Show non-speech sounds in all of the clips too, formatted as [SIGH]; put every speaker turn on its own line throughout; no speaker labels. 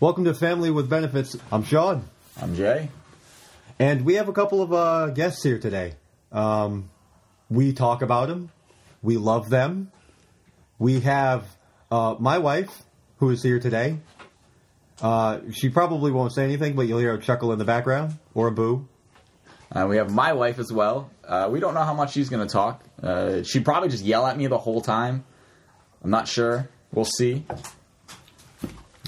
Welcome to Family with Benefits. I'm Sean,
I'm Jay.
and we have a couple of uh, guests here today. Um, we talk about them. We love them. We have uh, my wife, who is here today. Uh, she probably won't say anything, but you'll hear a chuckle in the background or a boo.
Uh, we have my wife as well. Uh, we don't know how much she's going to talk. Uh, she'd probably just yell at me the whole time. I'm not sure. We'll see.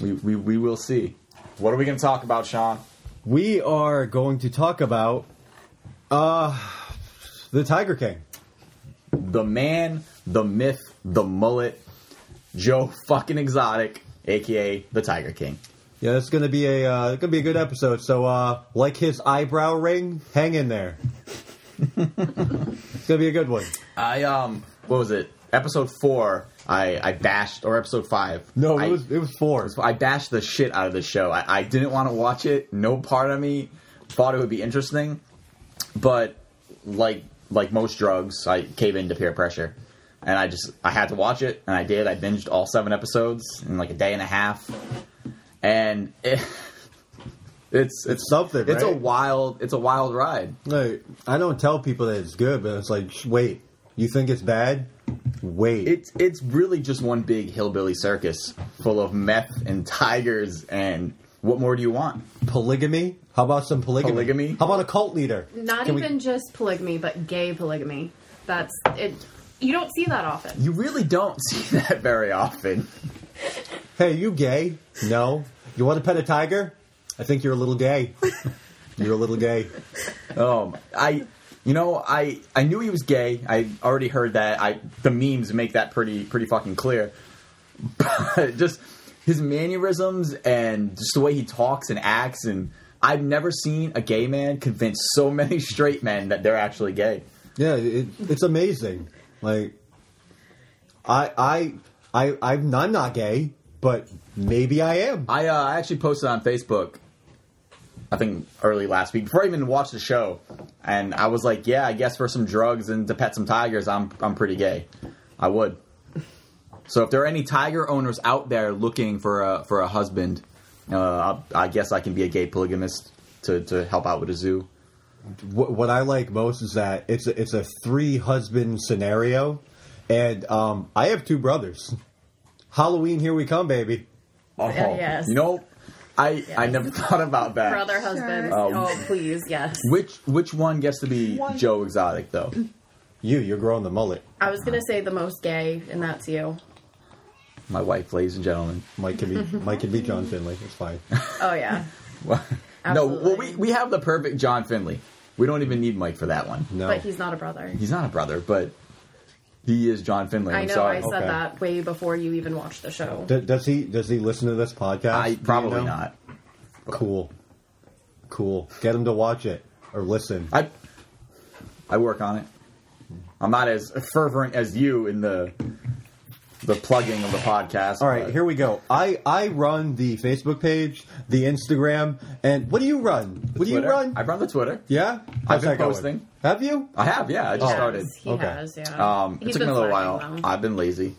We, we, we will see. What are we going to talk about, Sean?
We are going to talk about uh, the Tiger King.
The man, the myth, the mullet, Joe fucking Exotic, aka the Tiger King.
Yeah, it's gonna be a uh, it's gonna be a good episode. So, uh, like his eyebrow ring, hang in there. it's gonna be a good one.
I um, what was it? Episode four. I I bashed or episode five.
No,
I,
it was it was four.
I bashed the shit out of the show. I, I didn't want to watch it. No part of me thought it would be interesting, but like like most drugs, I cave into peer pressure, and I just I had to watch it, and I did. I binged all seven episodes in like a day and a half, and [LAUGHS] it, it's it's
something,
It's
right?
a wild it's a wild ride.
Like, I don't tell people that it's good, but it's like, sh- wait, you think it's bad? Wait,
It's it's really just one big hillbilly circus full of meth and [LAUGHS] tigers and what more do you want?
polygamy? How about some polygamy?
Polygamy?
How about a cult leader?
Not
Can we-
even just polygamy, but gay polygamy. That's it. You don't see that often.
You really don't [LAUGHS] see that very often.
hey, you gay? No. You want to pet a tiger? I think you're a little gay.
[LAUGHS]
you're a little gay.
Um, I, you know, I I knew he was gay. I already heard that. I the memes make that pretty pretty fucking clear. [LAUGHS] But just his mannerisms and just the way he talks and acts, and I've never seen a gay man convince so [LAUGHS] many straight men that they're actually gay.
Yeah, it, it's amazing. Like, I, I, I, I'm, I'm not gay, but maybe I am.
I uh, I actually posted on Facebook. I think early last week, before I even watched the show, and I was like, "Yeah, I guess for some drugs and to pet some tigers, I'm I'm pretty gay. I would." So if there are any tiger owners out there looking for a for a husband, uh, I, I guess I can be a gay polygamist to, to help out with a zoo.
What, what I like most is that it's a, it's a three husband scenario, and um, I have two brothers. Halloween, here we come, baby.
Oh,
yes.
You know, I I never [LAUGHS] thought about that.
Brother, husband.
Oh.
Oh, please, yes.
Which which one gets to be Joe Exotic though?
You, you're growing the mullet.
I was gonna say the most gay, and that's you.
My wife, ladies and gentlemen.
Mike can
[LAUGHS]
be Mike can be John Finley. It's fine.
Oh yeah.
Well, [LAUGHS] no,
Absolutely.
well, we, we have the perfect John Finley. We don't even need Mike for that one.
No,
But he's not a brother.
He's not a brother, but he is John Finley. I'm
I know.
sorry.
I said
Okay.
that way before you even watched the show.
D- does he does he listen to this podcast?
I
Do you
probably
know?
not.
Cool, cool. Get him to watch it or listen.
I I work on it. I'm not as fervent as you in the the plugging of the podcast.
All right, here we go. I I run the Facebook page, the Instagram, and what do you run? What do you run?
I run the Twitter.
yeah, How's
been
that going?
posting.
Have you?
I have. Yeah, I just started.
Yes, he
okay.
has. Yeah.
Um, it
He's
took me
been
a little while.
slacking, though.
I've been lazy.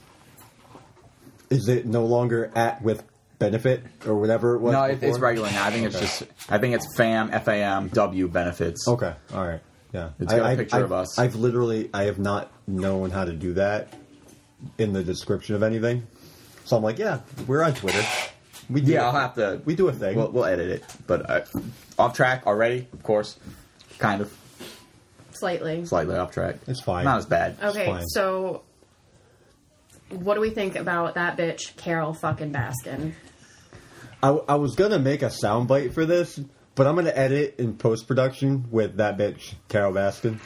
Is it no longer at with benefit or whatever it was?
No, it, it's
before?
regular now. I think it's
Okay.
just. I think it's fam f a m w benefits.
Okay, all right, yeah.
It's got
a
a picture of us.
I've literally I have not known how to do that in the description of anything, so I'm like, yeah, we're on Twitter. We do
Yeah, I'll have to.
we do a thing.
We'll, we'll edit it, but uh, off track already, of course. Kind of
Slightly.
slightly off track.
It's fine.
Not as bad.
Okay,
fine.
so what do we think about that bitch, Carol fucking Baskin?
I, I was gonna make a soundbite for this, but I'm gonna edit in post production with that bitch Carol Baskin.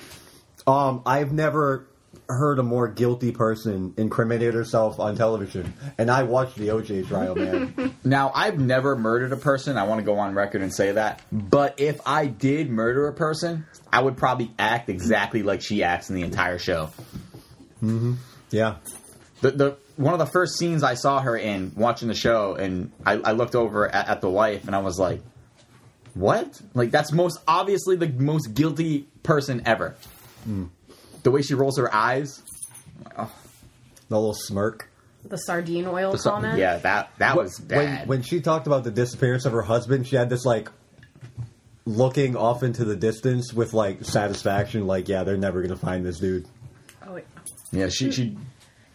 Um, I've never heard a more guilty person incriminate herself on television, and I watched the OJ trial, man.
Now, I've never murdered a person. I want to go on record and say that. But if I did murder a person, I would probably act exactly like she acts in the entire show.
yeah,
The, the one of the first scenes I saw her in watching the show, and I, I looked over at, at the wife, and I was like, "What? Like that's most obviously the most guilty person ever."
Hmm.
The way she rolls her eyes,
the little smirk.
the sardine oil
So-
comment.
yeah, that that was
When,
bad.
when she talked about the disappearance of her husband, she had this like looking off into the distance with like satisfaction, like, yeah, they're never gonna find this dude.
Oh, wait.
yeah, she she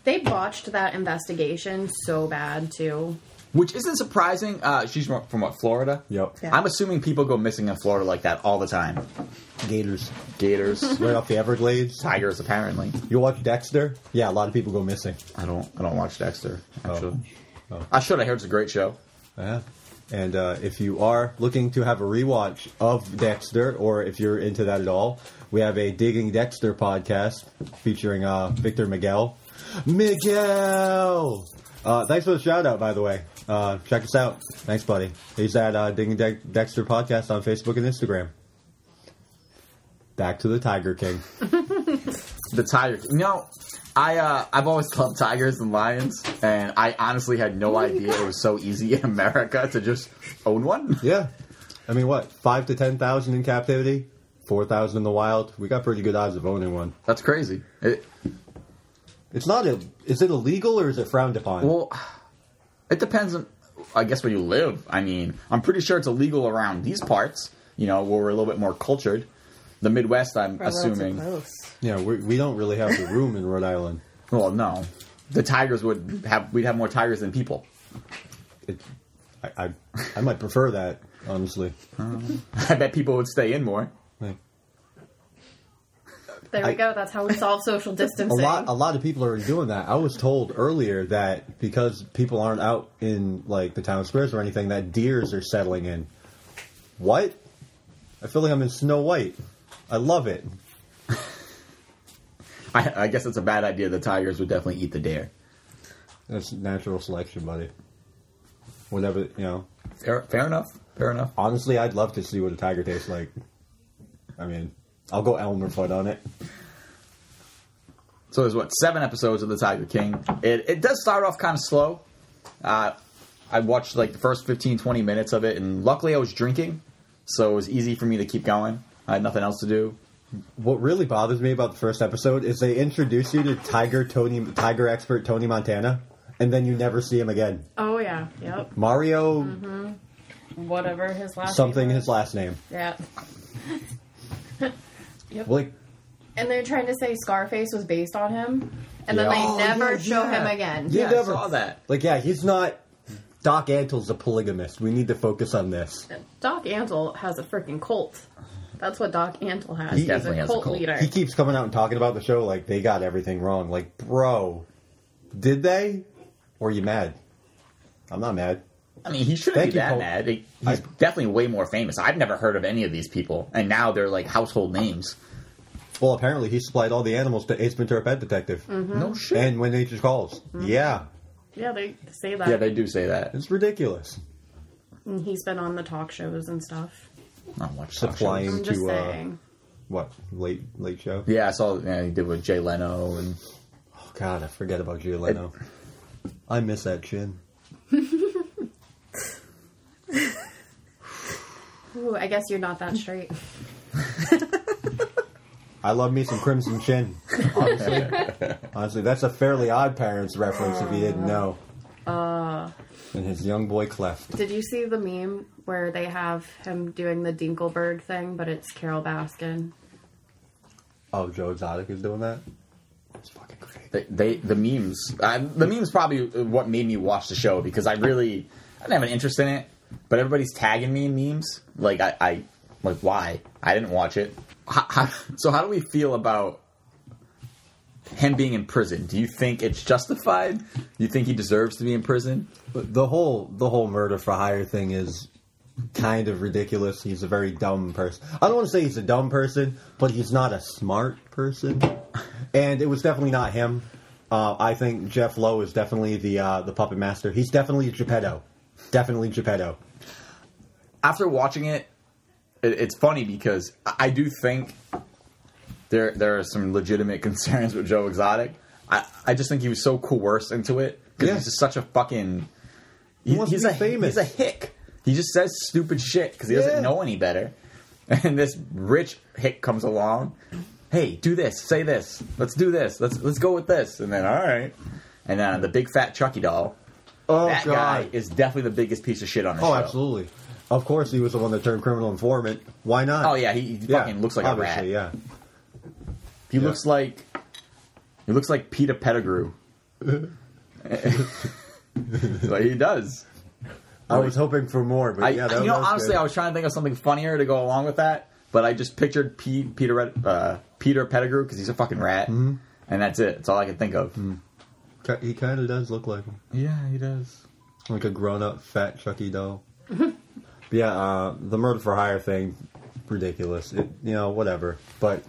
They botched that investigation so bad too.
which isn't surprising. Uh, she's from, from what Florida.
Yep.
Yeah.
I'm assuming people go missing in Florida like that all the time.
Gators. [LAUGHS]
Gators,
Right off the Everglades.
tigers, apparently.
You watch Dexter? Yeah, a lot of people go missing.
I don't I don't watch Dexter. Actually,
Oh.
I should. I heard it's a great show.
Yeah. And uh, if you are looking to have a rewatch of Dexter, or if you're into that at all, we have a Digging Dexter podcast featuring uh, Victor Miguel. Miguel! Uh, thanks for the shout out, by the way. Uh, check us out. Thanks, buddy. He's at uh, Digging De- Dexter podcast on Facebook and Instagram. Back to the Tiger King.
The tiger. No, I uh, I've always [LAUGHS] loved tigers and lions, and I honestly had no idea it was so easy in America to just own one. [LAUGHS]
yeah. I mean, what? Five to 10,000 in captivity? 4,000 in the wild? We got pretty good odds of owning one.
That's crazy. It,
It's not a. Is it illegal or is it frowned upon?
well, it depends on I guess where you live. I mean, I'm pretty sure it's illegal around these parts. You know, where we're a little bit more cultured. The Midwest, I'm
We're a little too
assuming.
close.
yeah, we, we don't really have the room in Rhode Island.
Well, no, the tigers would have. We'd have more tigers than people. [LAUGHS]
It, I, I I might prefer that honestly.
I bet people would stay in more.
Like,
There
I-
we go. That's how we solve
[LAUGHS]
social
a
distancing.
lot a lot of people are doing that. I was told earlier that because people aren't out in like the town squares or anything, that deers are settling in. What? I feel like I'm in Snow White. I love it.
I, I guess it's a bad idea. The tigers would definitely eat the deer.
That's natural selection, buddy. Whatever you know.
Fair, fair enough. Fair enough.
Honestly, I'd love to see what a tiger tastes like. I mean, I'll go Elmer Fudd on it.
So there's what seven episodes of The Tiger King. It it does start off kind of slow. Uh, I watched like the first 15, 20 minutes of it, and luckily I was drinking, so it was easy for me to keep going. I had nothing else to do.
What really bothers me about the first episode is they introduce you to Tiger Tony, Tiger expert Tony Montana, and then you never see him again.
Oh yeah. Yep.
Mario
Whatever his last
something
name
his last name.
was. Yeah. yep.
Like
and they're trying to say Scarface was based on him, and then
Yeah.
they
Oh,
never
yeah,
show
yeah.
him again.
Yeah.
I
never-
saw that.
like yeah, he's not Doc Antle's a polygamist. We need to focus on this.
Doc Antle has a freaking cult. That's what Doc Antle has.
He
He's
definitely
a
has a
cult,
cult.
leader.
He keeps coming out and talking about the show like they got everything wrong. Like, bro, did they? Or are you mad? I'm not mad.
I mean, he shouldn't
Thank
be
you,
that
Cole.
mad. He-
I-
he's definitely way more famous. I've never heard of any of these people, and now they're like household names.
Well, apparently he supplied all the animals to Ace Ventura Pet Detective,
No shit.
and When Nature Calls. Yeah,
yeah, they say that.
yeah, they do say that.
it's ridiculous.
and he's been on the talk shows and stuff.
Not much
Supplying-
I'm just
To, uh,
saying.
What late late show? Oh,
Yeah, I saw. Yeah, he did with Jay Leno and
God, I forget about Jay Leno. I miss that chin.
Ooh, I guess you're not that straight.
I love me some Crimson Chin. Honestly, honestly, that's a fairly odd parents reference if you didn't know. Uh. And his young boy cleft.
Did you see the meme where they have him doing the Dinkelberg thing, but it's Carol Baskin?
Oh, Joe Exotic is doing that. It's fucking great.
they, they the memes. I, the memes probably what made me watch the show because I really I didn't have an interest in it, but everybody's tagging me in memes. Like I, I like why I didn't watch it. How, how, so how do we feel about him being in prison? Do you think it's justified? Do you think he deserves to be in prison?
But the whole the whole murder for hire thing is kind of ridiculous. He's a very dumb person. I don't want to say he's a dumb person, but he's not a smart person. And it was definitely not him. Uh, I think Jeff Lowe is definitely the uh, the puppet master. He's definitely Geppetto. Definitely Geppetto.
after watching it, it it's funny because I I do think there there are some legitimate [LAUGHS] concerns with Joe Exotic. I, I just think he was so coerced into it because
Yeah.
he's just such a fucking. he-
wants to
he's
be
a
famous.
He's a hick. He just says stupid shit because he
Yeah.
doesn't know any better. [LAUGHS] And this rich hick comes along. Hey, do this. Say this. Let's do this. Let's let's go with this. And then all right, And then the big fat Chucky doll.
Oh
that guy is definitely the biggest piece of shit on the
oh,
show.
absolutely. Of course, he was the one that turned criminal informant. Why not? [LAUGHS]
Oh yeah, he, he fucking looks like a
obviously,
rat.
Yeah.
He
Yeah.
looks like he looks like
[LAUGHS]
Peter Pettigrew. like he does.
I was hoping for more, but
I,
yeah, that
you know,
that was
honestly,
good.
I was trying to think of something funnier to go along with that, but I just pictured P, Peter Red- uh, Peter Pettigrew because he's a fucking rat,
Mm-hmm.
and that's it. That's all I can think of.
Ki- he kind of does look like him,
Yeah, he does.
like a grown-up fat Chucky doll. [LAUGHS] But yeah, uh, the murder for hire thing, ridiculous. It, you know, whatever. But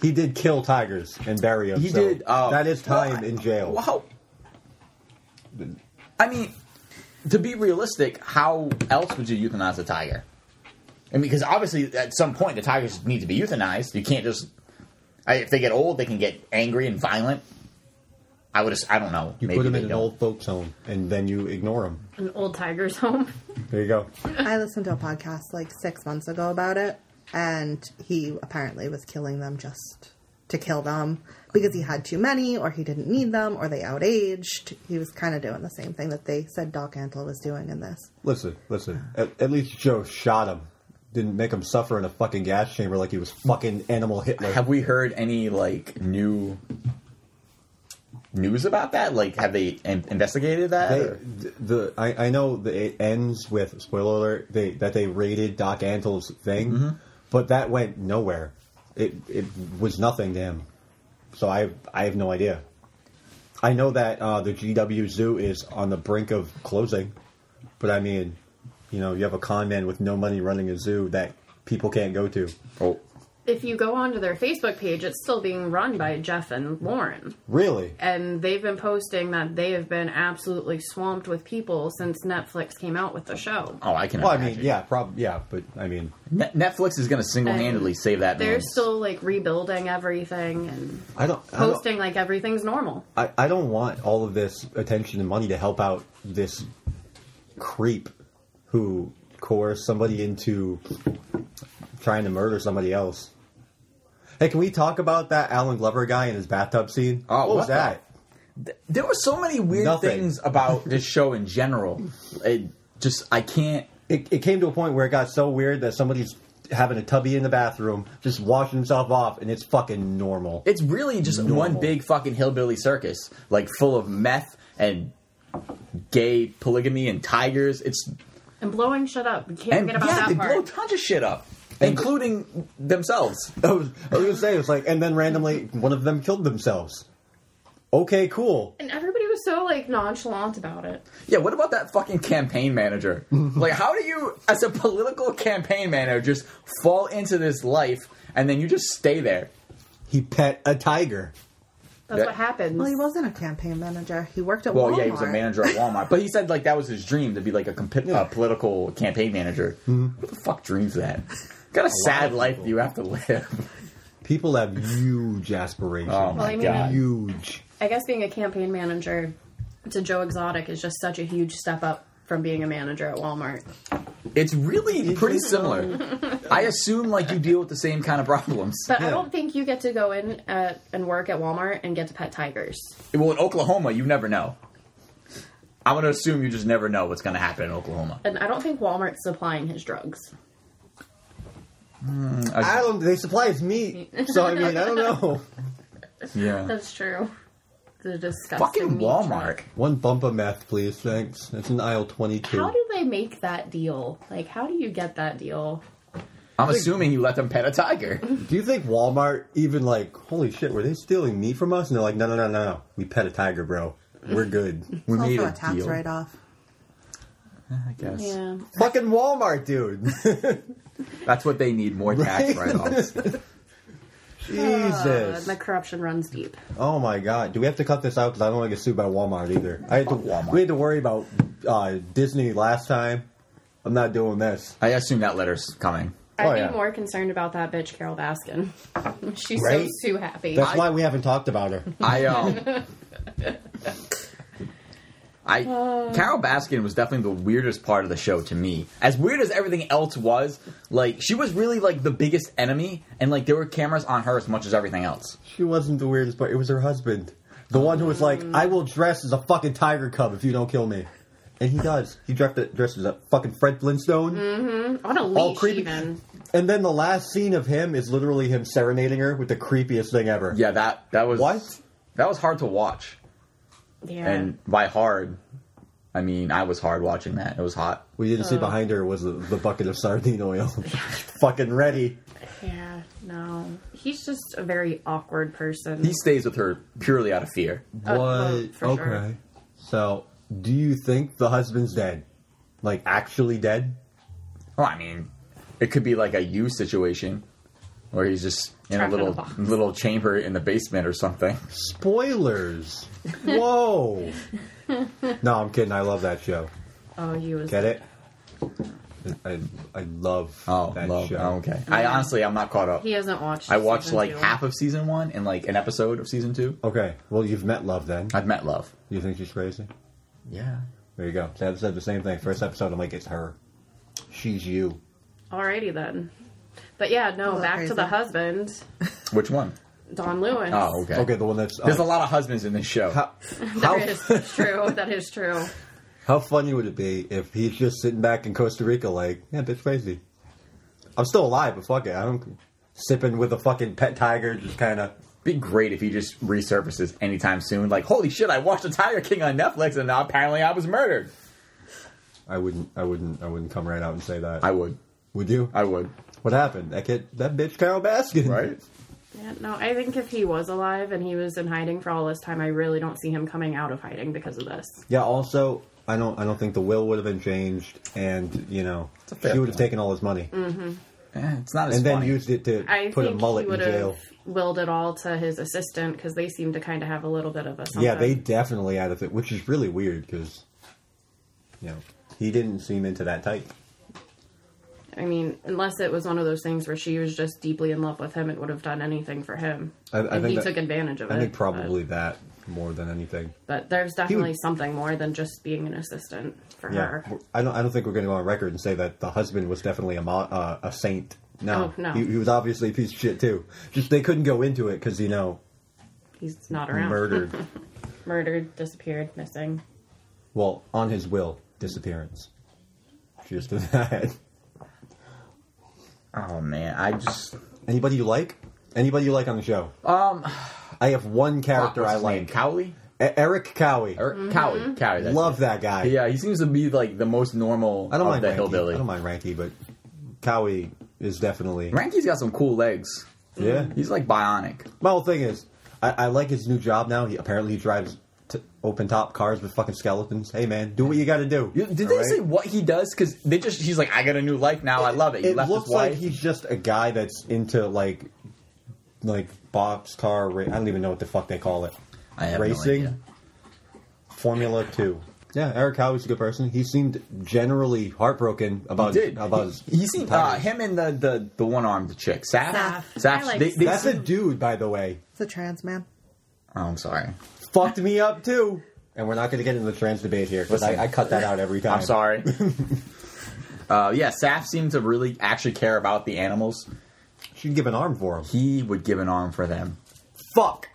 he did kill tigers and bury them.
He
so
did. Uh,
that is time
well,
in jail.
Wow. I mean, to be realistic, how else would you euthanize a tiger? I mean, because obviously, at some point, the tigers need to be euthanized. You can't just. I, if they get old, they can get angry and violent. I would. as- I don't know.
You put him
they
in an
don't.
old folks' home, and then you ignore him.
An old tiger's [LAUGHS] home.
There you go.
I listened to a podcast like six months ago about it, and he apparently was killing them just to kill them because he had too many, or he didn't need them, or they outaged. He was kind of doing the same thing that they said Doc Antle was doing in this.
Listen, listen. At, at least Joe shot him. Didn't make him suffer in a fucking gas chamber like he was fucking animal Hitler.
Have we heard any like new news about that? Like, have they in- investigated that?
They,
or-
th- the I, I know that it ends with spoiler alert they, that they raided Doc Antle's thing, but that went nowhere. It it was nothing to him, so I I have no idea. I know that uh, the GW Zoo is on the brink of closing, but I mean, you know, you have a con man with no money running a zoo that people can't go to.
oh,
If you go onto their Facebook page, it's still being run by Jeff and Lauren.
Really?
And they've been posting that they have been absolutely swamped with people since Netflix came out with the show.
oh, I can.
Well, I
imagine.
mean, yeah, prob yeah, but I mean,
Ne- Netflix is going to single handedly
And
save that.
They're
man's-
still like rebuilding everything and
I don't I don't-
posting like everything's normal.
I, I don't want all of this attention and money to help out this creep who coerced somebody into trying to murder somebody else. Hey, can we talk about that Alan Glover guy in his bathtub scene?
Oh,
what, was
what the-
that?
There were so many weird
Nothing.
things about this show in general. It just I can't.
It, it came to a point where it got so weird that somebody's having a tubby in the bathroom, just washing himself off, and it's fucking normal.
It's really just one big fucking hillbilly circus, like full of meth and gay polygamy and tigers. It's
And blowing shit up. You can't
and
forget about
yeah, they
that
blow
part.
tons of shit up, including themselves.
[LAUGHS] I was, I was gonna say, it was like, and then randomly one of them killed themselves. Okay, cool.
and everybody was so like nonchalant about it.
Yeah, what about that fucking
[LAUGHS]
campaign manager? like, how do you, as a political campaign manager, just fall into this life and then you just stay there?
He pet a tiger.
That's
That-
what happens.
Well, he wasn't a campaign manager. He worked at
Well,
Walmart.
yeah, he was a manager at Walmart, but he said like that was his dream to be like a comp- uh, political campaign manager. Who the fuck dreams that? What kind of sad life do you have to live? [LAUGHS]
People have huge aspirations.
Oh
Well,
my
I mean, uh,
god!
huge.
I guess being a campaign manager to Joe Exotic is just such a huge step up from being a manager at Walmart.
it's really pretty similar. I assume like you deal with the same kind of problems.
But
Yeah.
I don't think you get to go in at, and work at Walmart and get to pet tigers.
Well, in Oklahoma, you never know. I'm gonna assume you just never know what's gonna happen in Oklahoma.
And I don't think Walmart's supplying his drugs.
I don't. They supply us meat, so I mean, I don't know.
Yeah,
That's true. The disgusting
fucking
meat
Walmart.
truck.
[LAUGHS] One bump of meth, please, thanks. It's an aisle twenty-two.
How do they make that deal? Like, how do you get that deal?
I'm assuming you let them pet a tiger.
do you think Walmart even like? Holy shit, were they stealing meat from us? And they're like, no, no, no, no, no. We pet a tiger, bro. We're good.
[LAUGHS] We made
also
a
a tax
deal.
write off.
I guess
Yeah.
Fucking Walmart, dude. [LAUGHS]
that's what they need more tax
Right?
write-offs.
Uh,
Jesus.
the corruption runs deep.
Oh my god. Do we have to cut this out? Because I don't want to get sued by Walmart either. I had to.
Fuck Walmart.
We had to worry about uh, Disney last time. I'm not doing this.
I assume that letter's coming.
Oh,
I'd be
yeah.
more concerned about that bitch, Carol Baskin. [LAUGHS] She's
Right?
so too happy.
That's
I-
why we haven't talked about her.
I um,
[LAUGHS]
I
Uh.
Carol Baskin was definitely the weirdest part of the show to me. As weird as everything else was, like she was really like the biggest enemy, and like there were cameras on her as much as everything else.
She wasn't the weirdest part. It was her husband. The one who was like,
Mm.
I will dress as a fucking tiger cub if you don't kill me. And he does. He dressed, dressed as a fucking Fred Flintstone.
Mm. On a
All
leash,
creepy.
even.
And then the last scene of him is literally him serenading her with the creepiest thing ever.
Yeah, that that was
What?
That was hard to watch,
Yeah.
and by hard, I mean I was hard watching that. It was hot.
What you didn't see behind her was the, the bucket of sardine oil. [LAUGHS] fucking
[LAUGHS]
ready.
yeah, no. He's just a very awkward person.
He stays with her purely out of fear.
Uh, well, for
okay.
sure.
So, do you think the husband's dead? Like, actually dead?
Well, I mean, it could be like a you situation where he's just in
Trapped
a
in a
little
box.
little chamber in the basement or something.
[LAUGHS]
Spoilers! Whoa! no, I'm kidding. I love that show.
oh, he was.
Get it? I, I love
Oh,
that
love.
show.
Oh, okay. I honestly, I'm not caught up.
He hasn't watched.
I watched
season
like
two.
half of season one and like an episode of season two.
Okay, well, you've met Love then.
I've met love.
You think she's crazy?
Yeah.
There you go. That said the same thing. First episode, I'm like, it's her. She's you.
Alrighty then. But yeah, no.
Oh,
Back to
crazy.
the husband,
Which one?
Don Lewis.
Oh, okay.
Okay, the one that's. uh,
There's a lot of husbands in this show.
How,
That
how,
is true. That is true.
how funny would it be if he's just sitting back in Costa Rica, like, yeah, bitch, crazy. I'm still alive, but fuck it. I'm sipping with a fucking pet tiger, just kind of.
be great if he just resurfaces anytime soon. Like, holy shit, I watched the Tiger King on Netflix and now apparently I was murdered.
I wouldn't. I wouldn't. I wouldn't come right out and say that.
I would.
would you?
I would.
what happened? That kid. That bitch, Carol Baskin.
Right?
Yeah, no. I think if he was alive and he was in hiding for all this time, I really don't see him coming out of hiding because of this.
Yeah. Also, I don't. I don't think the will would have been changed, and you know,
a fair
she would have
point.
taken all his money
Eh, it's not as
and then
funny.
used it to
I
put a
think
mullet
he
in
would
jail.
have willed it all to his assistant because they seem to kind of have a little bit of a. Something.
Yeah, they definitely added it, which is really weird because, you know, he didn't seem into that type.
I mean, unless it was one of those things where she was just deeply in love with him, it would have done anything for him.
I- I
and
think
he
that-
took advantage of it.
I think probably
But,
that more than anything.
but there's definitely
would-
something more than just being an assistant for
Yeah,
her.
I don't. I don't think we're going to go on record and say that the husband was definitely a mo- uh, a saint. No,
Oh, no.
He, he was obviously a piece of shit too. Just they couldn't go into it because you know
He's not around. [LAUGHS]
murdered.
Murdered, disappeared, missing.
well, on his will, disappearance. Just that. [LAUGHS]
oh, man. I just.
Anybody you like? Anybody you like on the show?
Um,
I have one character
what's
I
his name?
like,
Cowley?
E- Eric Cowie.
Or
Mm-hmm.
Cowley. Cowley. that's
Love that guy.
it. Yeah, he seems to be like the most normal
I don't
of
mind
the
Ranky.
hillbilly.
I don't mind Ranky, but Cowie is definitely
Ranky's got some cool legs.
yeah.
He's like bionic.
My whole thing is, I, I like his new job now. He apparently he drives t- open top cars with fucking skeletons. Hey man, do what you got to do.
You- Did
all
they
right?
say what he does? Because they just, he's like, I got a new life now. I love it. He
It
left
looks
his wife.
like he's just a guy that's into like like box car. Ra- I don't even know what the fuck they call it.
I have no
Racing,
idea.
Formula Two. Yeah, Eric Howe was a good person. He seemed generally heartbroken about
He did.
about his
he, he seemed uh,
tires.
him and the the, the one armed chick, Saf.
Saf.
Saf.
I like
they, they
That's a
seem-
dude, by the way.
It's a trans man.
oh, I'm sorry.
fucked me up too. And we're not going to get into the trans debate here because I, I cut that out every time. [LAUGHS]
I'm sorry. uh, yeah, Saf seemed to really actually care about the animals.
She'd give an arm for him.
He would give an arm for them.
Fuck.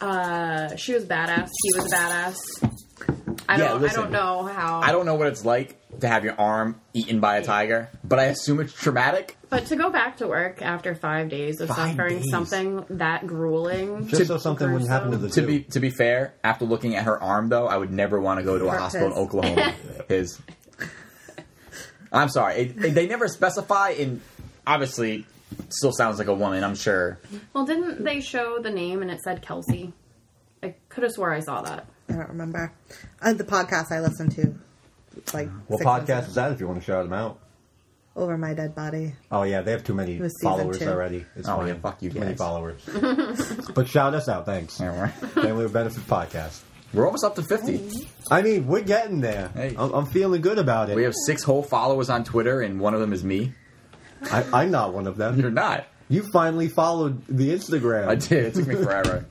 Uh, she was badass. He was a badass. I
Yeah,
don't. I
listen.
don't know how.
I don't know what it's like to have your arm eaten by a tiger, but I assume it's traumatic.
But to go back to work after five days of
Five
suffering
days.
something that grueling,
Just so something wouldn't happen to the
To
zoo.
be to be fair, after looking at her arm though, I would never want to go to a
Her-
hospital
his.
in Oklahoma. his. I'm sorry. It, it- they never specify, and obviously, it still sounds like a woman. I'm sure.
[LAUGHS] Well, didn't they show the name and it said Kelsey? I could have swore I saw that.
I don't remember. Uh, the podcast I listened to, like
What
six months
podcast
ago.
is that if you want to shout them out?
Over my dead body.
Oh, yeah, they have too many
was season
followers
two.
already. It's
Oh,
fine.
yeah, fuck you
Too many
guys. [LAUGHS]
followers. but shout us out, thanks.
Anyway,
Family of Benefit Podcast.
We're almost up to 50.
I mean, we're getting there.
Hey.
I'm, I'm feeling good about it.
We have six whole followers on Twitter, and one of them is me.
I, I'm not one of
You're
them.
not.
You finally followed the Instagram.
I did. It took me forever.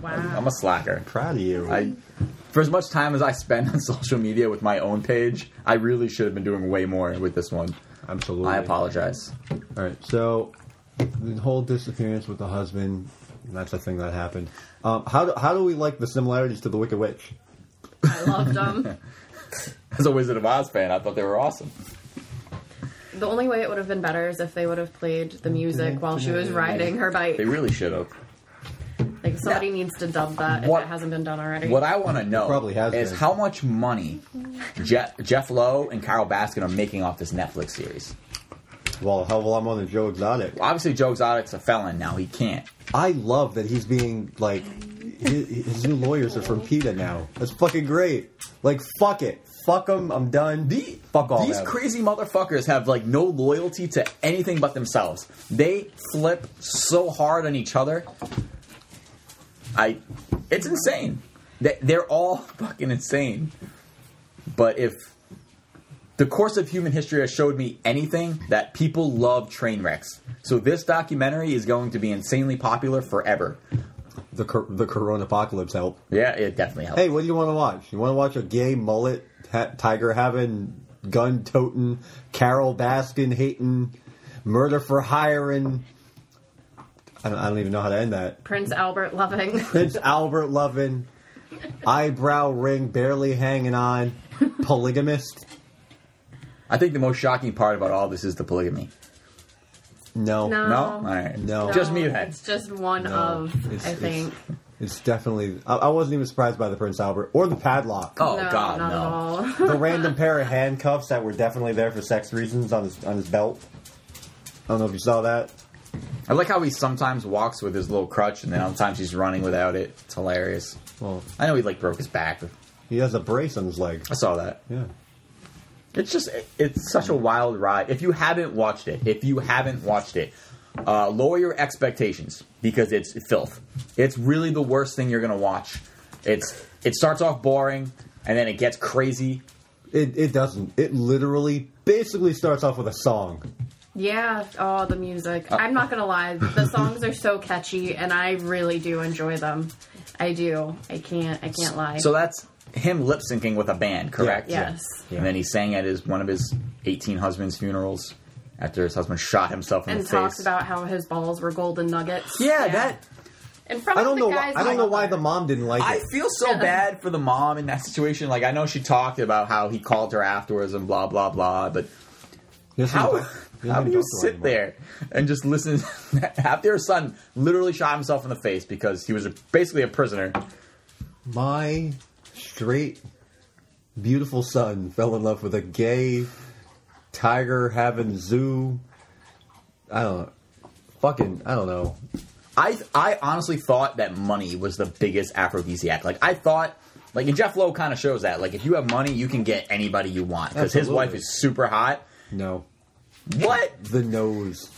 Wow.
I'm a slacker.
Proud of you.
I, for as much time as I spend on [LAUGHS] social media with my own page, I really should have been doing way more with this one.
Absolutely.
I apologize.
All right, so the whole disappearance with the husband. That's a thing that happened. Um, how do how do we like the similarities to the Wicked Witch?
I
[LAUGHS]
loved them.
As a Wizard of Oz fan, I thought they were awesome.
the only way it would have been better is if they would have played the music while she was riding her bike.
Mm-hmm. They really should have.
Like somebody needs to dub that if
What-
it hasn't been done already.
What I want to know
probably has
is
been.
how much money Jeff, Jeff Lowe and Carol Baskin are making off this Netflix series.
Well, a hell of a lot more than Joe Exotic.
Obviously, Joe Exotic's a felon now. He can't.
I love that he's being like his, his new lawyers are from PETA now. That's fucking great. Like fuck it, fuck them. I'm done. fuck all
These
them.
crazy motherfuckers have like no loyalty to anything but themselves. They flip so hard on each other. I, it's insane. They- They're all [LAUGHS] fucking insane. But if the course of human history has showed me anything, that people love train wrecks. So this documentary is going to be insanely popular forever.
the cor- the Corona apocalypse help.
Yeah, it definitely helps.
Hey, what do you want to watch? You want to watch a gay mullet ha- tiger having gun toting Carol Baskin hating murder for hiring. I don't, I don't even know how to end that.
Prince Albert loving.
Prince Albert loving, eyebrow ring barely hanging on, polygamist.
I think the most shocking part about all this is the polygamy.
No,
No.
No, all right,
No.
[LAUGHS] just me. then.
It's just one
No,
of,
it's-
I
it's-
think.
It's definitely. I, I wasn't even surprised by the Prince Albert or the padlock.
Oh
no,
God,
not
no.
at all. [LAUGHS]
The random pair of handcuffs that were definitely there for sex reasons on his on his belt. I don't know if you saw that.
I like how he sometimes walks with his little crutch, and then other times he's running without it. It's hilarious.
Well,
I know he like broke his back.
he has a brace on his leg.
I saw that.
Yeah.
It's just it- it's such a wild ride. If you haven't watched it, if you haven't watched it, uh, lower your expectations because it's filth. It's really the worst thing you're gonna watch. It's it starts off boring and then it gets crazy.
It it doesn't. It literally basically starts off with a song.
Yeah, oh, the
Uh,
music. I'm not gonna lie, the songs are so catchy, and I really do enjoy them. I do. I can't. I can't lie.
So that's him lip syncing with a band, correct?
Yeah. Yes.
And then he sang at his one of his 18 husband's funerals after his husband shot himself in
and
the
talks
face.
about how his balls were golden nuggets.
yeah, that
In front
I
of
don't
the
know. Why,
Guys
I don't
on
know why
other.
the mom didn't like
I
it.
feel so bad for the mom in that situation. Like I know she talked about how he called her afterwards and blah blah blah, but
Yes,
how
he- he
how
doesn't
do you
talk to her
sit
anymore.
there and just listen [LAUGHS] after her son literally shot himself in the face because he was a, basically a prisoner?
My straight, beautiful son fell in love with a gay tiger having zoo. I don't know. Fucking, I don't know.
I I honestly thought that money was the biggest aphrodisiac. Like I thought, like and Jeff Lowe kind of shows that. Like if you have money, you can get anybody you want because his
Absolutely.
wife is super hot.
No.
What
The nose.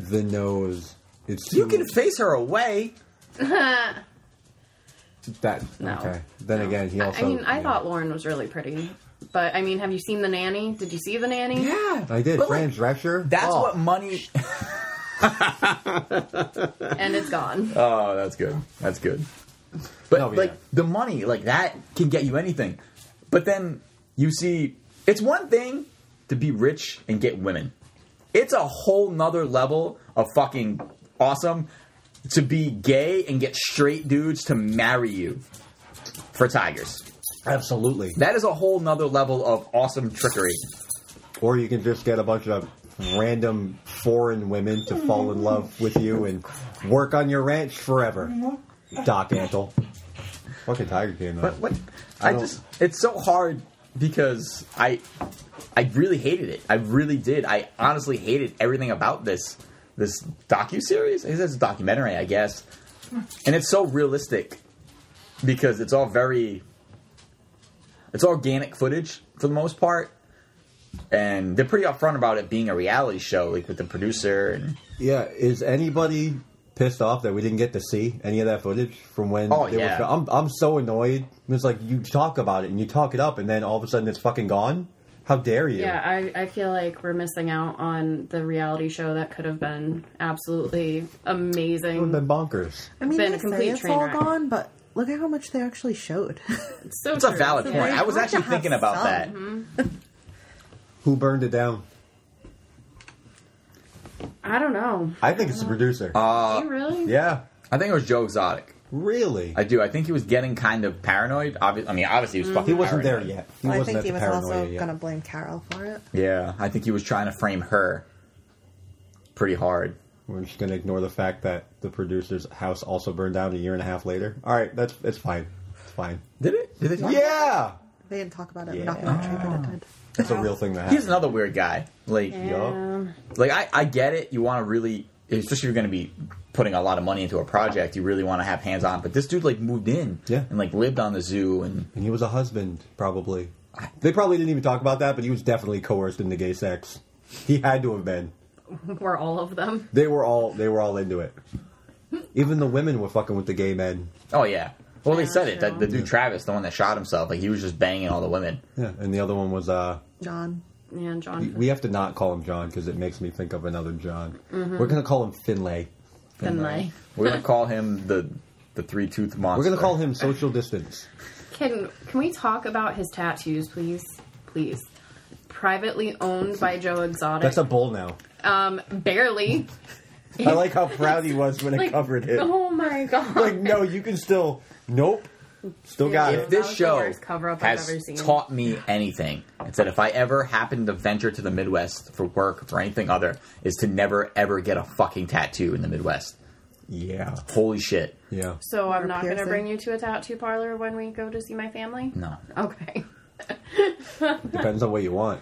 The nose. It's
you
too-
can face her away.
that.
No.
Okay. Then
No.
again, he
I-
also.
I mean, I
yeah.
thought Lauren was really pretty, but I mean, have you seen the nanny? Did you see the nanny?
Yeah,
I did.
But, like,
Fran Drescher.
That's
Oh,
what money.
And it's
[LAUGHS]
gone.
Oh, that's good. That's good. But
No, but
like
yeah.
the money, like that can get you anything. But then you see, it's one thing to be rich and get women. It's a whole nother level of fucking awesome to be gay and get straight dudes to marry you for tigers.
Absolutely.
That is a whole nother level of awesome trickery.
Or you can just get a bunch of random foreign women to fall in love with you and work on your ranch forever. Doc Antle. Fucking Tiger King, though.
What? what? I,
don't-
just it's so hard because I I really hated it. I really did. I honestly hated everything about this this docu series. It's a documentary, I guess, and it's so realistic because it's all very it's organic footage for the most part. And they're pretty upfront about it being a reality show, like with the producer and
Yeah, is anybody pissed off that we didn't get to see any of that footage from when
Oh,
they
yeah.
were? I'm I'm so annoyed. It's like you talk about it and you talk it up, and then all of a sudden it's fucking gone. How dare you?
Yeah, I, I feel like we're missing out on the reality show that could have been absolutely amazing.
I've been bonkers.
I mean,
been a
they say
complete
it's
train
all
wreck.
gone, but look at how much they actually showed.
so
it's a
true.
valid
Yeah.
point. I was
Have to
actually
have
thinking about
some.
that.
Who burned it down?
I don't know.
I think it's the producer.
Uh,
you really?
yeah.
I think it was Joe Exotic.
Really?
I do. I think he was getting kind of paranoid. Obvi- I mean, obviously he was fucking.
he wasn't there
paranoid.
yet. He
Well, I
wasn't
think
at
he
the
was
paranoia
also
yet.
going to blame Carol for it.
Yeah, I think he was trying to frame her pretty hard.
We're just gonna ignore the fact that the producer's house also burned down a year and a half later. All right, that's it's fine. It's fine.
Did it? Did they?
Yeah,
They didn't talk about it in
Yeah.
the documentary, but it did.
that's a real thing that
He's
happened.
another weird guy. Like,
Yeah.
like I, I get it. You want to really, especially if you're going to be putting a lot of money into a project, you really want to have hands on. But this dude like moved in,
Yeah.
and like lived on the zoo, and
And he was a husband, probably. They probably didn't even talk about that, but he was definitely coerced into gay sex. He had to have been.
[LAUGHS] Were all of them?
They were all they were all into it. Even the women were fucking with the gay men.
oh yeah. Well, they
Yeah,
said it.
sure.
That the dude Travis, the one that shot himself, like he was just banging all the women.
Yeah, and the other one was uh
John.
Yeah, John
we have to not call him John because it makes me think of another John. We're gonna call him Finlay. uh,
Finlay.
We're gonna call him the the three tooth monster.
We're gonna call him social distance.
Can can we talk about his tattoos, please? Please. Privately owned by Joe Exotic.
That's a bull now.
um barely.
I like how proud he was when it covered it.
[LAUGHS]
Oh my god.
Like, no, you can still. Nope. Still got
Yeah.
it.
This
was the
show
worst cover-up I've ever
has
seen.
taught me anything. It's that if I ever happen to venture to the Midwest for work or for anything other, is to never ever get a fucking tattoo in the Midwest.
Yeah.
Holy shit!
Yeah.
so
Or
I'm not going to
piercing.
bring you to a tattoo parlor when we go to see my family?
No,
Okay.
Depends on what you want.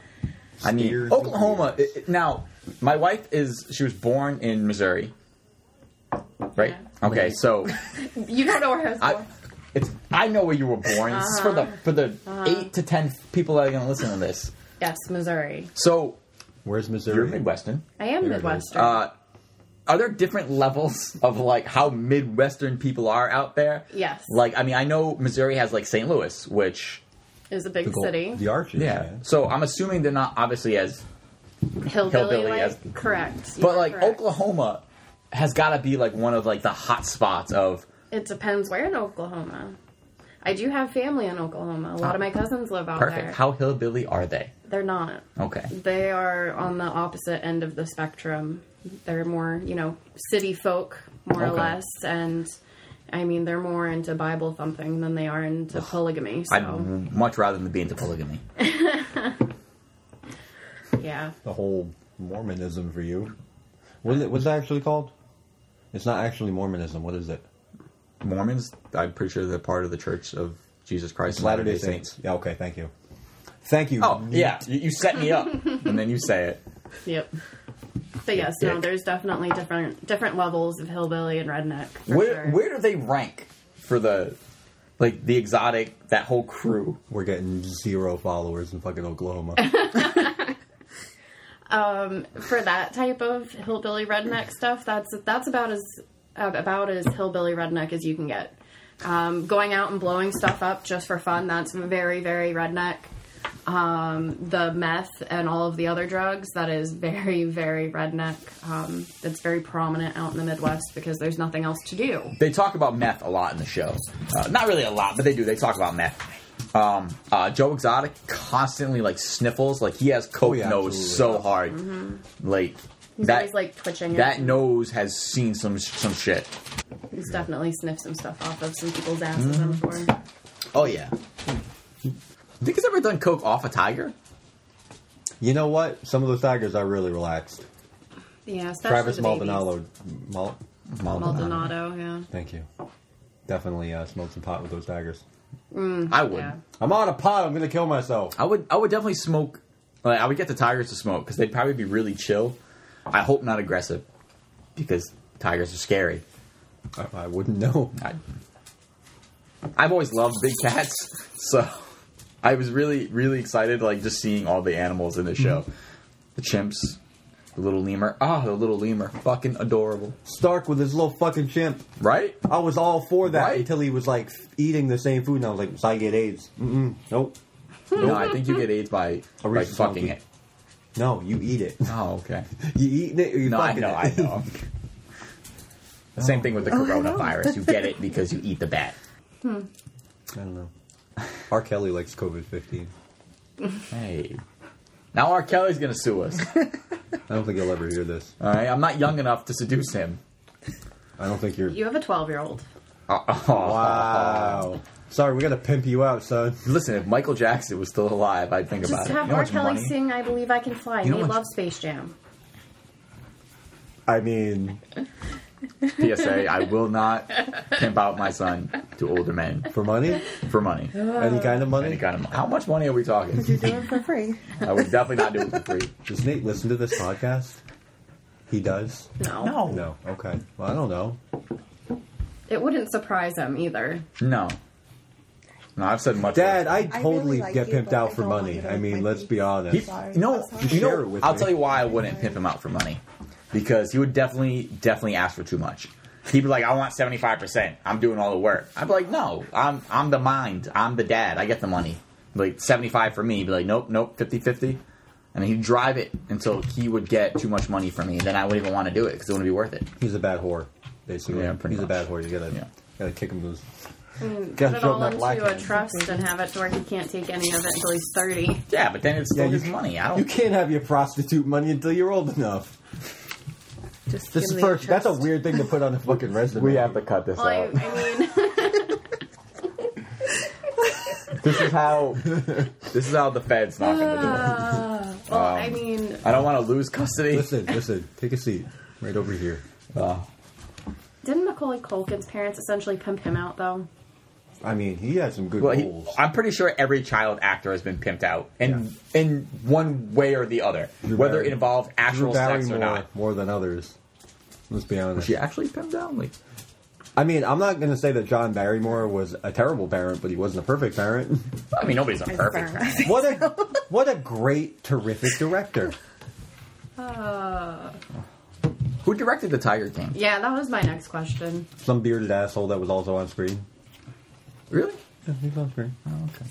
I mean
Steers and
Oklahoma. i- i- now, my wife is she was born in Missouri, right? Okay, so
[LAUGHS] You don't know where I was
I,
going.
it's I know where you were born. This is for
Uh-huh.
the for the eight to ten people that are going to listen to this.
Yes, Missouri.
So
Where's Missouri?
you're Midwestern.
I am
There it is.
Midwestern.
Uh, are there different levels of like how Midwestern people are out there?
Yes.
Like, I mean, I know Missouri has like St. Louis, which
is a big
The, gold-
city.
the arches.
yeah.
man.
So I'm assuming they're not obviously as,
hillbilly,
hillbilly,
like,
yes.
correct. You
but
are
like
correct.
Oklahoma has got to be like one of like the hot spots of.
It depends where in Oklahoma. I do have family in Oklahoma. A lot of my cousins live out
Perfect.
there.
How hillbilly are they?
They're not.
Okay.
They are on the opposite end of the spectrum. They're more, you know, city folk, more or
Okay.
less, and I mean, they're more into Bible thumping than they are into polygamy. So,
I'd much rather than be into polygamy.
yeah,
The whole Mormonism for you. What it, what's that actually called? It's not actually Mormonism. What is it?
Mormons, I'm pretty sure they're part of the Church of Jesus Christ of
Latter day Saints. Yeah, okay, thank you. Thank you.
Oh yeah, you, you set me up, [LAUGHS] and then you say it.
yep. But yes, no,
Dick.
there's definitely different different levels of hillbilly and redneck. For
Where
sure.
where do they rank for the like the exotic that whole crew?
We're getting zero followers in fucking Oklahoma.
for that type of hillbilly redneck stuff, that's that's about as uh, about as hillbilly redneck as you can get. Um, going out and blowing stuff up just for fun, that's very very redneck. Um, the meth and all of the other drugs, that is very very redneck. Um, that's very prominent out in the Midwest because there's nothing else to do.
They talk about meth a lot in the show. Uh, not really a lot, but they do. They talk about meth. Um, uh, Joe Exotic constantly like sniffles, like he has coke
Oh, yeah,
nose
absolutely.
so hard, like
Mm-hmm. He's
that
always like twitching.
that
and
nose has seen some some shit.
he's definitely sniffed some stuff off of some people's asses. I'm sure.
Oh yeah. Think he's ever done coke off a tiger?
you know what? Some of those tigers are really relaxed.
Yeah, especially
Travis
the babies.
Maldonado. Mal-
Maldonado, yeah.
Thank you. Definitely uh, smoked some pot with those daggers.
I would.
Mm-hmm. Yeah.
I'm on a pot. I'm gonna kill myself.
I would I would definitely smoke. Like, I would get the tigers to smoke because they'd probably be really chill. I hope not aggressive because tigers are scary.
I, I wouldn't know.
I, I've always loved big cats, [LAUGHS] so I was really really excited like just seeing all the animals in the show, the chimps, the little lemur. Ah, the little lemur, fucking adorable,
Stark with his little fucking chimp.
right?
I was all for that
Right?
until he was like eating the same food, and I was like, so I get AIDS. Mm-mm. Nope.
no, I think you get AIDS by
A
by
rhesus
fucking
monkey.
it.
No, you eat it. [LAUGHS]
Oh, okay.
You eating it? Or you
No, I
fucking
know, I
it.
know. [LAUGHS] Same thing with the
Oh, I know.
coronavirus. You get it because you eat the bat.
I don't know. R. Kelly likes COVID 15.
Hey. Now R. Kelly's gonna sue us.
I don't think you'll ever hear this.
All right, I'm not young enough to seduce him.
I don't think you're.
You have a 12 year old.
Oh,
Wow. Sorry, we gotta pimp you out, son. [LAUGHS]
Listen, if Michael Jackson was still alive, I'd think about
Just
it.
have
You know how
R.
much
Kelly
money-
sing I Believe I Can Fly.
You know
we
much-
love Space Jam.
I mean,
PSA,
[LAUGHS]
I will not pimp out my son to older men
for money,
for money.
Oh.
any kind of
Any
money.
kind of money. How much money are we talking?
You do it for free.
I would definitely not do it for free.
Does Nate listen to this podcast? He does.
No.
Oh.
No. Okay. Well, I don't know.
It wouldn't surprise him either.
No. No, I've said much.
Dad, I
I
totally
really like
get
you,
pimped
but
out
I
for
don't want
money.
you to
I
like
mean,
my
let's
feet.
be honest.
He,
Sorry.
you know,
Sorry.
you
Share it
know
with
I'll
me.
tell you why I wouldn't pimp him out for money. Because he would definitely, definitely ask for too much. He'd be like, I want 75%. I'm doing all the work. I'd be like, no, I'm, I'm the mind. I'm the dad. I get the money. Like, 75 for me. He'd be like, nope, nope, 50 50. And he'd drive it until he would get too much money for me. Then I wouldn't even want to do it because it wouldn't be worth it.
He's a bad whore, basically.
Yeah, pretty
He's a bad
much.
whore. You gotta,
Yeah.
gotta kick him loose.
Put
Mm,
Yeah,
it
show
all
him that black
into a
man.
trust and have it to where he can't take any of it until he's 30.
Yeah, but then it's still
Yeah, you
his
c-
money. I
You
don't.
can't have your prostitute money until you're old enough.
Just
This is
give me
first. That's a
trust.
weird thing to put on a [LAUGHS] fucking resume.
to cut this
Well, I, I mean, [LAUGHS]
This is how. [LAUGHS] this is how the Feds knock on the door.
[LAUGHS] uh, well, I mean,
I don't want to lose custody.
Listen, listen. Take a seat. Right over here.
Oh.
didn't Macaulay Culkin's parents essentially pimp him out though?
I mean, he had some good
Well, he-
roles.
I'm pretty sure every child actor has been pimped out in in one way or the other, whether
Barry-
it involved
Drew
actual
Barrymore
sex or
more,
not.
than others. Let's be honest.
actually pimped out. Like,
I mean, I'm not going to say that John Barrymore was a terrible parent, but he wasn't a perfect parent. [LAUGHS]
I mean, nobody's a
It's
perfect.
firm.
What a what a great, terrific director.
Uh,
Who directed the Tiger King?
yeah, that was my next question.
Some bearded asshole that was also on screen.
Really?
Yeah, he's on screen.
Oh, okay.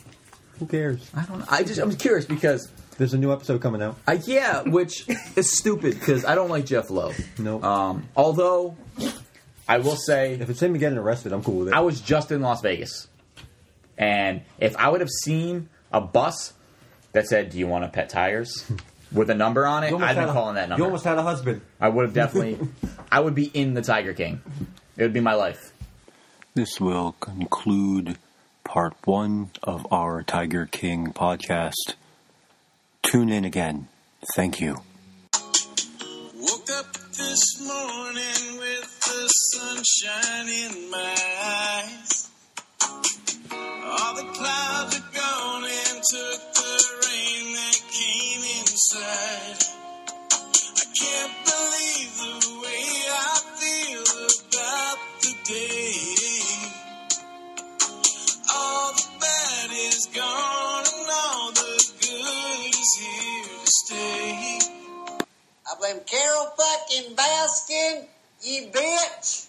Who cares?
I don't. I just I'm curious because
There's a new episode coming out.
I yeah, which is stupid because I don't like Jeff Lowe.
Nope.
Um, although I will say
If it's him getting arrested, I'm cool with it.
I was just in Las Vegas, and if I would have seen a bus that said, "Do you want to pet tigers?"
[LAUGHS]
with a number on it,
You almost
I'd be
had a-
calling that
You
number.
almost had a husband.
I would
[LAUGHS]
have definitely. I would be in the Tiger King. It would be my life.
This will conclude part one of our Tiger King podcast. Tune in again. Thank you.
Woke up this morning with the sunshine in my eyes. All the clouds are gone and took the rain that came inside. I can't believe the way I feel about the day. All the bad is gone and all the good is here to stay.
I blame Carol fucking Baskin, you bitch.